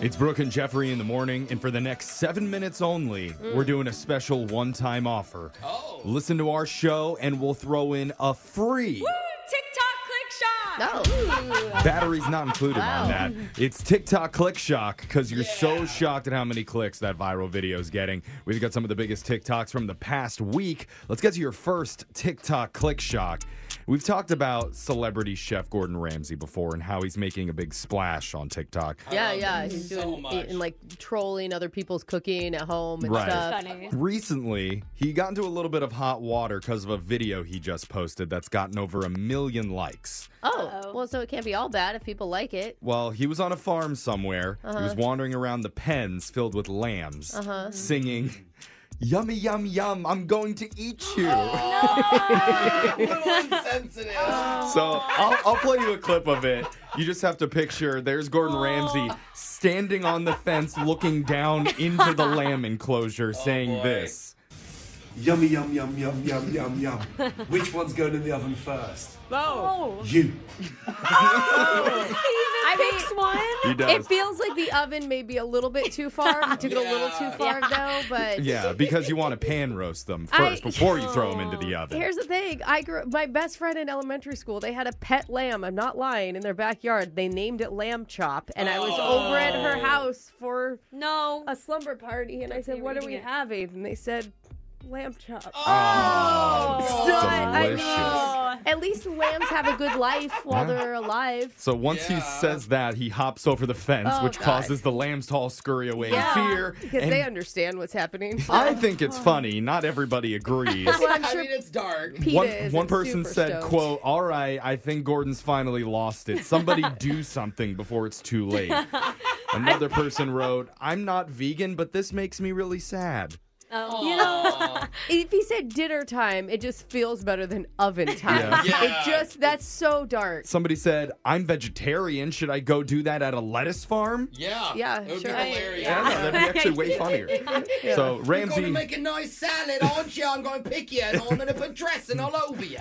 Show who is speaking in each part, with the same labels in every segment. Speaker 1: It's Brooke and Jeffrey in the morning, and for the next seven minutes only, we're doing a special one time offer. Oh. Listen to our show, and we'll throw in a free
Speaker 2: TikTok click shot.
Speaker 3: Oh.
Speaker 1: batteries not included
Speaker 3: Wow.
Speaker 1: on that. It's TikTok click shock because you're so shocked at how many clicks that viral video is getting. We've got some of the biggest TikToks from the past week. Let's get to your first TikTok click shock. We've talked about celebrity chef Gordon Ramsay before and how he's making a big splash on TikTok.
Speaker 3: yeah,
Speaker 4: love
Speaker 3: yeah.
Speaker 4: him
Speaker 3: He's
Speaker 4: so
Speaker 3: doing
Speaker 4: much.
Speaker 3: and like trolling other people's cooking at home and
Speaker 1: Right.
Speaker 3: stuff.
Speaker 2: Funny.
Speaker 1: Recently, he got into a little bit of hot water because of a video he just posted that's gotten over a million likes.
Speaker 3: Oh,
Speaker 2: Uh-oh.
Speaker 3: well, so it can't be all bad if people like it.
Speaker 1: Well, he was on a farm somewhere. He was wandering around the pens filled with lambs, singing, Yummy, yum, yum, I'm going to eat you.
Speaker 4: little insensitive.
Speaker 3: Uh,
Speaker 1: So I'll, I'll play you a clip of it. You just have to picture there's Gordon Ramsay standing on the fence looking down into the lamb enclosure saying
Speaker 4: boy.
Speaker 1: this.
Speaker 5: Yummy, yum, yum, yum, yum, yum, yum. Which one's going in the oven first?
Speaker 2: Oh.
Speaker 5: You.
Speaker 2: I picks one.
Speaker 1: He does.
Speaker 3: It feels like the oven may be a little bit too far. We took it a little too far though, but
Speaker 1: Yeah, because you want to pan roast them
Speaker 3: I-
Speaker 1: first before you throw them into the oven.
Speaker 3: Here's the thing. I grew my best friend in elementary school. They had a pet lamb. I'm not lying. In their backyard, they named it Lamb Chop, and I was over at her house for
Speaker 2: No.
Speaker 3: a slumber party, and I said,
Speaker 2: were
Speaker 3: "What are
Speaker 2: eating
Speaker 3: we
Speaker 2: it.
Speaker 3: having?" And they said, "Lamb chop."
Speaker 1: Oh,
Speaker 3: Still, I
Speaker 1: delicious.
Speaker 3: mean, at least the lambs have a good life while they're alive.
Speaker 1: So once he
Speaker 4: Yeah.
Speaker 1: says that, he hops over the fence,
Speaker 3: Oh,
Speaker 1: which
Speaker 3: God.
Speaker 1: causes the lambs to all scurry away
Speaker 3: Yeah,
Speaker 1: in fear.
Speaker 3: because
Speaker 1: And
Speaker 3: they understand what's happening.
Speaker 1: I think it's funny. Not everybody agrees.
Speaker 3: Well, I'm
Speaker 4: I
Speaker 3: sure
Speaker 4: mean, it's dark.
Speaker 3: PETA
Speaker 1: one
Speaker 3: is
Speaker 1: one
Speaker 3: super
Speaker 1: person said,
Speaker 3: stoked.
Speaker 1: "quote All right, I think Gordon's finally lost it. Somebody do something before it's too late." Another person wrote, "I'm not vegan, but this makes me really sad."
Speaker 2: Oh.
Speaker 4: You know,
Speaker 3: If he said dinner time, it just feels better than oven
Speaker 1: Yeah.
Speaker 3: time.
Speaker 4: Yeah.
Speaker 3: It just that's so dark.
Speaker 1: Somebody said, "I'm vegetarian. Should I go do that at a lettuce farm?"
Speaker 4: yeah,
Speaker 3: Yeah,
Speaker 4: it would
Speaker 3: sure.
Speaker 4: be hilarious.
Speaker 1: Yeah, that'd be actually way funnier. So
Speaker 4: You're
Speaker 1: Ramsey.
Speaker 4: going to make a nice salad, aren't you? I'm going to pick you, and I'm going to put dressing all over you.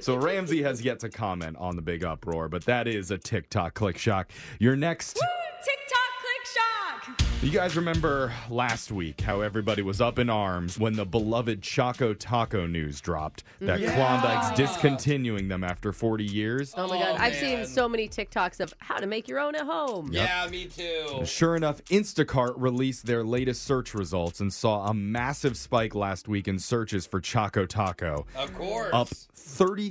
Speaker 1: So Ramsey has yet to comment on the big uproar, but that is a TikTok click shock. Your next.
Speaker 2: TikTok click shock.
Speaker 1: You guys remember last week how everybody was up in arms when the beloved Choco Taco news dropped that Klondike's discontinuing them after 40 years?
Speaker 3: Oh my god,
Speaker 4: Oh,
Speaker 3: I've
Speaker 4: man.
Speaker 3: seen so many TikToks of how to make your own at home.
Speaker 4: Yeah, me too.
Speaker 1: Sure enough, Instacart released their latest search results and saw a massive spike last week in searches for Choco Taco,
Speaker 4: Of course.
Speaker 1: up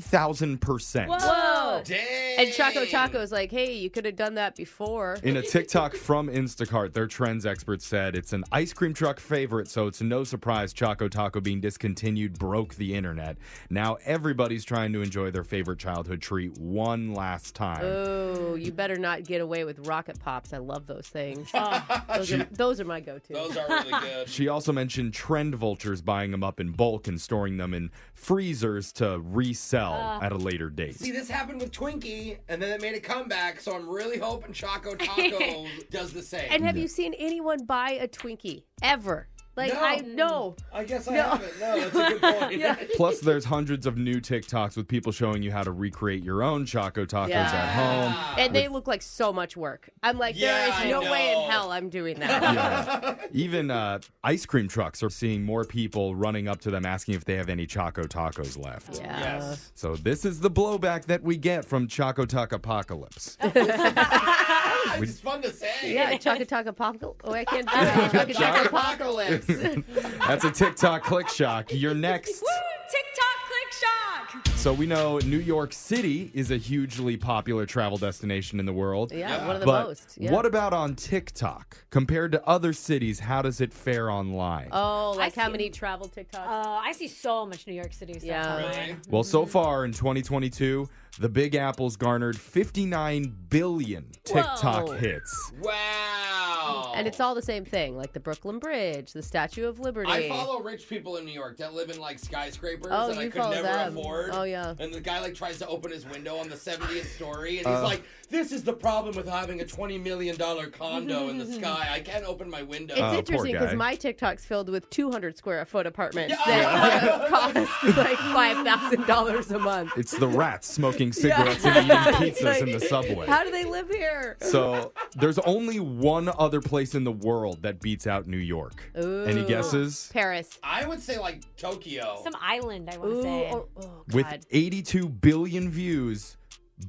Speaker 1: 30,000%.
Speaker 3: Whoa.
Speaker 4: Dang.
Speaker 3: And Choco Taco's like, hey, you could have done that before.
Speaker 1: In a TikTok from Instacart, their trends expert said it's an ice cream truck favorite, so it's no surprise Choco Taco being discontinued broke the internet. Now everybody's trying to enjoy their favorite childhood treat one last time.
Speaker 3: Oh, you better not get away with rocket pops. I love those things. those, are, those are my go-to.
Speaker 4: Those are really good.
Speaker 1: She also mentioned trend vultures buying them up in bulk and storing them in freezers to resell at a later date.
Speaker 4: See, this happened with Twinkie, and then it made a comeback, so I'm really hoping Choco Taco does the same.
Speaker 3: and have you seen anyone buy a Twinkie ever? Like
Speaker 4: No.
Speaker 3: I know.
Speaker 4: I guess I haven't. No, that's a good point.
Speaker 1: Plus, there's hundreds of new TikToks with people showing you how to recreate your own Choco Tacos at home.
Speaker 3: And they look like so much work. I'm like,
Speaker 4: Yeah,
Speaker 3: there
Speaker 4: I
Speaker 3: is no way
Speaker 4: know.
Speaker 3: in hell I'm doing that.
Speaker 1: Yeah. Even uh, ice cream trucks are seeing more people running up to them asking if they have any Choco Tacos left.
Speaker 4: Yes.
Speaker 1: So this is the blowback that we get from Choco Taco Apocalypse.
Speaker 4: it's fun to say.
Speaker 3: Yeah, Choco Taco Pop. Oh, I can't do that. Choco Taco Pop.
Speaker 4: Apocalypse.
Speaker 1: That's a TikTok click shock. You're next.
Speaker 2: TikTok click shock.
Speaker 1: So we know New York City is a hugely popular travel destination in the world.
Speaker 3: Yeah, one of the
Speaker 1: But
Speaker 3: most. Yeah.
Speaker 1: what about on TikTok? Compared to other cities, how does it fare online?
Speaker 3: Oh, like
Speaker 2: I
Speaker 3: how
Speaker 2: see.
Speaker 3: many travel TikToks?
Speaker 2: Oh, I see so much New York City stuff
Speaker 3: Yeah.
Speaker 4: Really?
Speaker 2: online.
Speaker 1: Well,
Speaker 3: mm.
Speaker 1: so far in 2022, the Big Apple's garnered 59 billion TikTok
Speaker 3: Whoa.
Speaker 1: hits.
Speaker 4: Wow.
Speaker 3: and it's all the same thing, like the Brooklyn Bridge, the Statue of Liberty.
Speaker 4: I follow rich people in New York that live in like skyscrapers
Speaker 3: Oh,
Speaker 4: that I
Speaker 3: you
Speaker 4: could
Speaker 3: follow
Speaker 4: never
Speaker 3: them.
Speaker 4: afford.
Speaker 3: Oh, yeah.
Speaker 4: And the guy like tries to open his window on the 70th story and he's
Speaker 3: Uh.
Speaker 4: like, "This is the problem with having a 20 million dollar condo in the sky. I can't open my window."
Speaker 3: It's
Speaker 1: Oh, poor
Speaker 3: interesting
Speaker 1: guy.
Speaker 3: because my TikTok's filled with 200 square foot apartments
Speaker 4: Yeah.
Speaker 3: that cost like five thousand dollars a month.
Speaker 1: It's the rats smoking cigarettes and eating
Speaker 3: It's
Speaker 1: pizzas
Speaker 3: like,
Speaker 1: in the subway.
Speaker 3: How do they live here?
Speaker 1: so There's only one other place in the world that beats out New York. Any
Speaker 3: Ooh.
Speaker 1: guesses?
Speaker 3: Paris.
Speaker 4: I would say like Tokyo.
Speaker 2: Some island, I want to
Speaker 3: Ooh,
Speaker 2: say.
Speaker 3: oh, oh,
Speaker 1: With
Speaker 3: God.
Speaker 1: 82 billion views,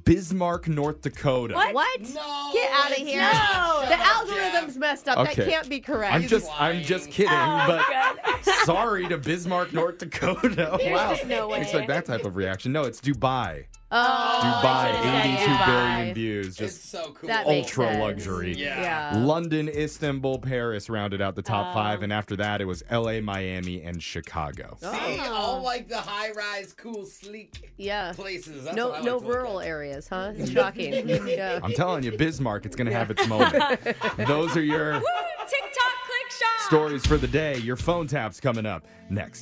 Speaker 1: Bismarck, North Dakota.
Speaker 2: What?
Speaker 3: what?
Speaker 4: No,
Speaker 3: Get out of
Speaker 4: it's
Speaker 3: here.
Speaker 4: not. Shut
Speaker 3: The
Speaker 4: up, Jeff.
Speaker 3: algorithm's messed up.
Speaker 1: Okay.
Speaker 3: That can't be correct.
Speaker 1: I'm just I'm
Speaker 4: lying.
Speaker 1: just
Speaker 2: Oh
Speaker 1: kidding, but sorry to Bismarck, North Dakota. wow.
Speaker 2: just no way.
Speaker 1: Expect that type of reaction. No, it's Dubai.
Speaker 3: oh,
Speaker 1: Dubai,
Speaker 2: should've said
Speaker 1: 82 billion
Speaker 3: Dubai.
Speaker 1: views.
Speaker 4: It's
Speaker 1: Just
Speaker 4: so cool.
Speaker 3: That makes
Speaker 1: ultra
Speaker 3: sense.
Speaker 1: luxury.
Speaker 4: Yeah.
Speaker 1: London, Istanbul, Paris rounded out the top five, and after that it was LA, Miami, and Chicago.
Speaker 4: See, all like the high-rise, cool, sleek
Speaker 3: Yeah.
Speaker 4: places. That's what I
Speaker 3: No,
Speaker 4: like
Speaker 3: no
Speaker 4: to look
Speaker 3: rural
Speaker 4: at.
Speaker 3: areas, huh? It's shocking. yeah.
Speaker 1: I'm telling you, Bismarck, it's gonna have its moment. Those are your
Speaker 2: TikTok click shock.
Speaker 1: stories for the day. Your phone taps coming up next.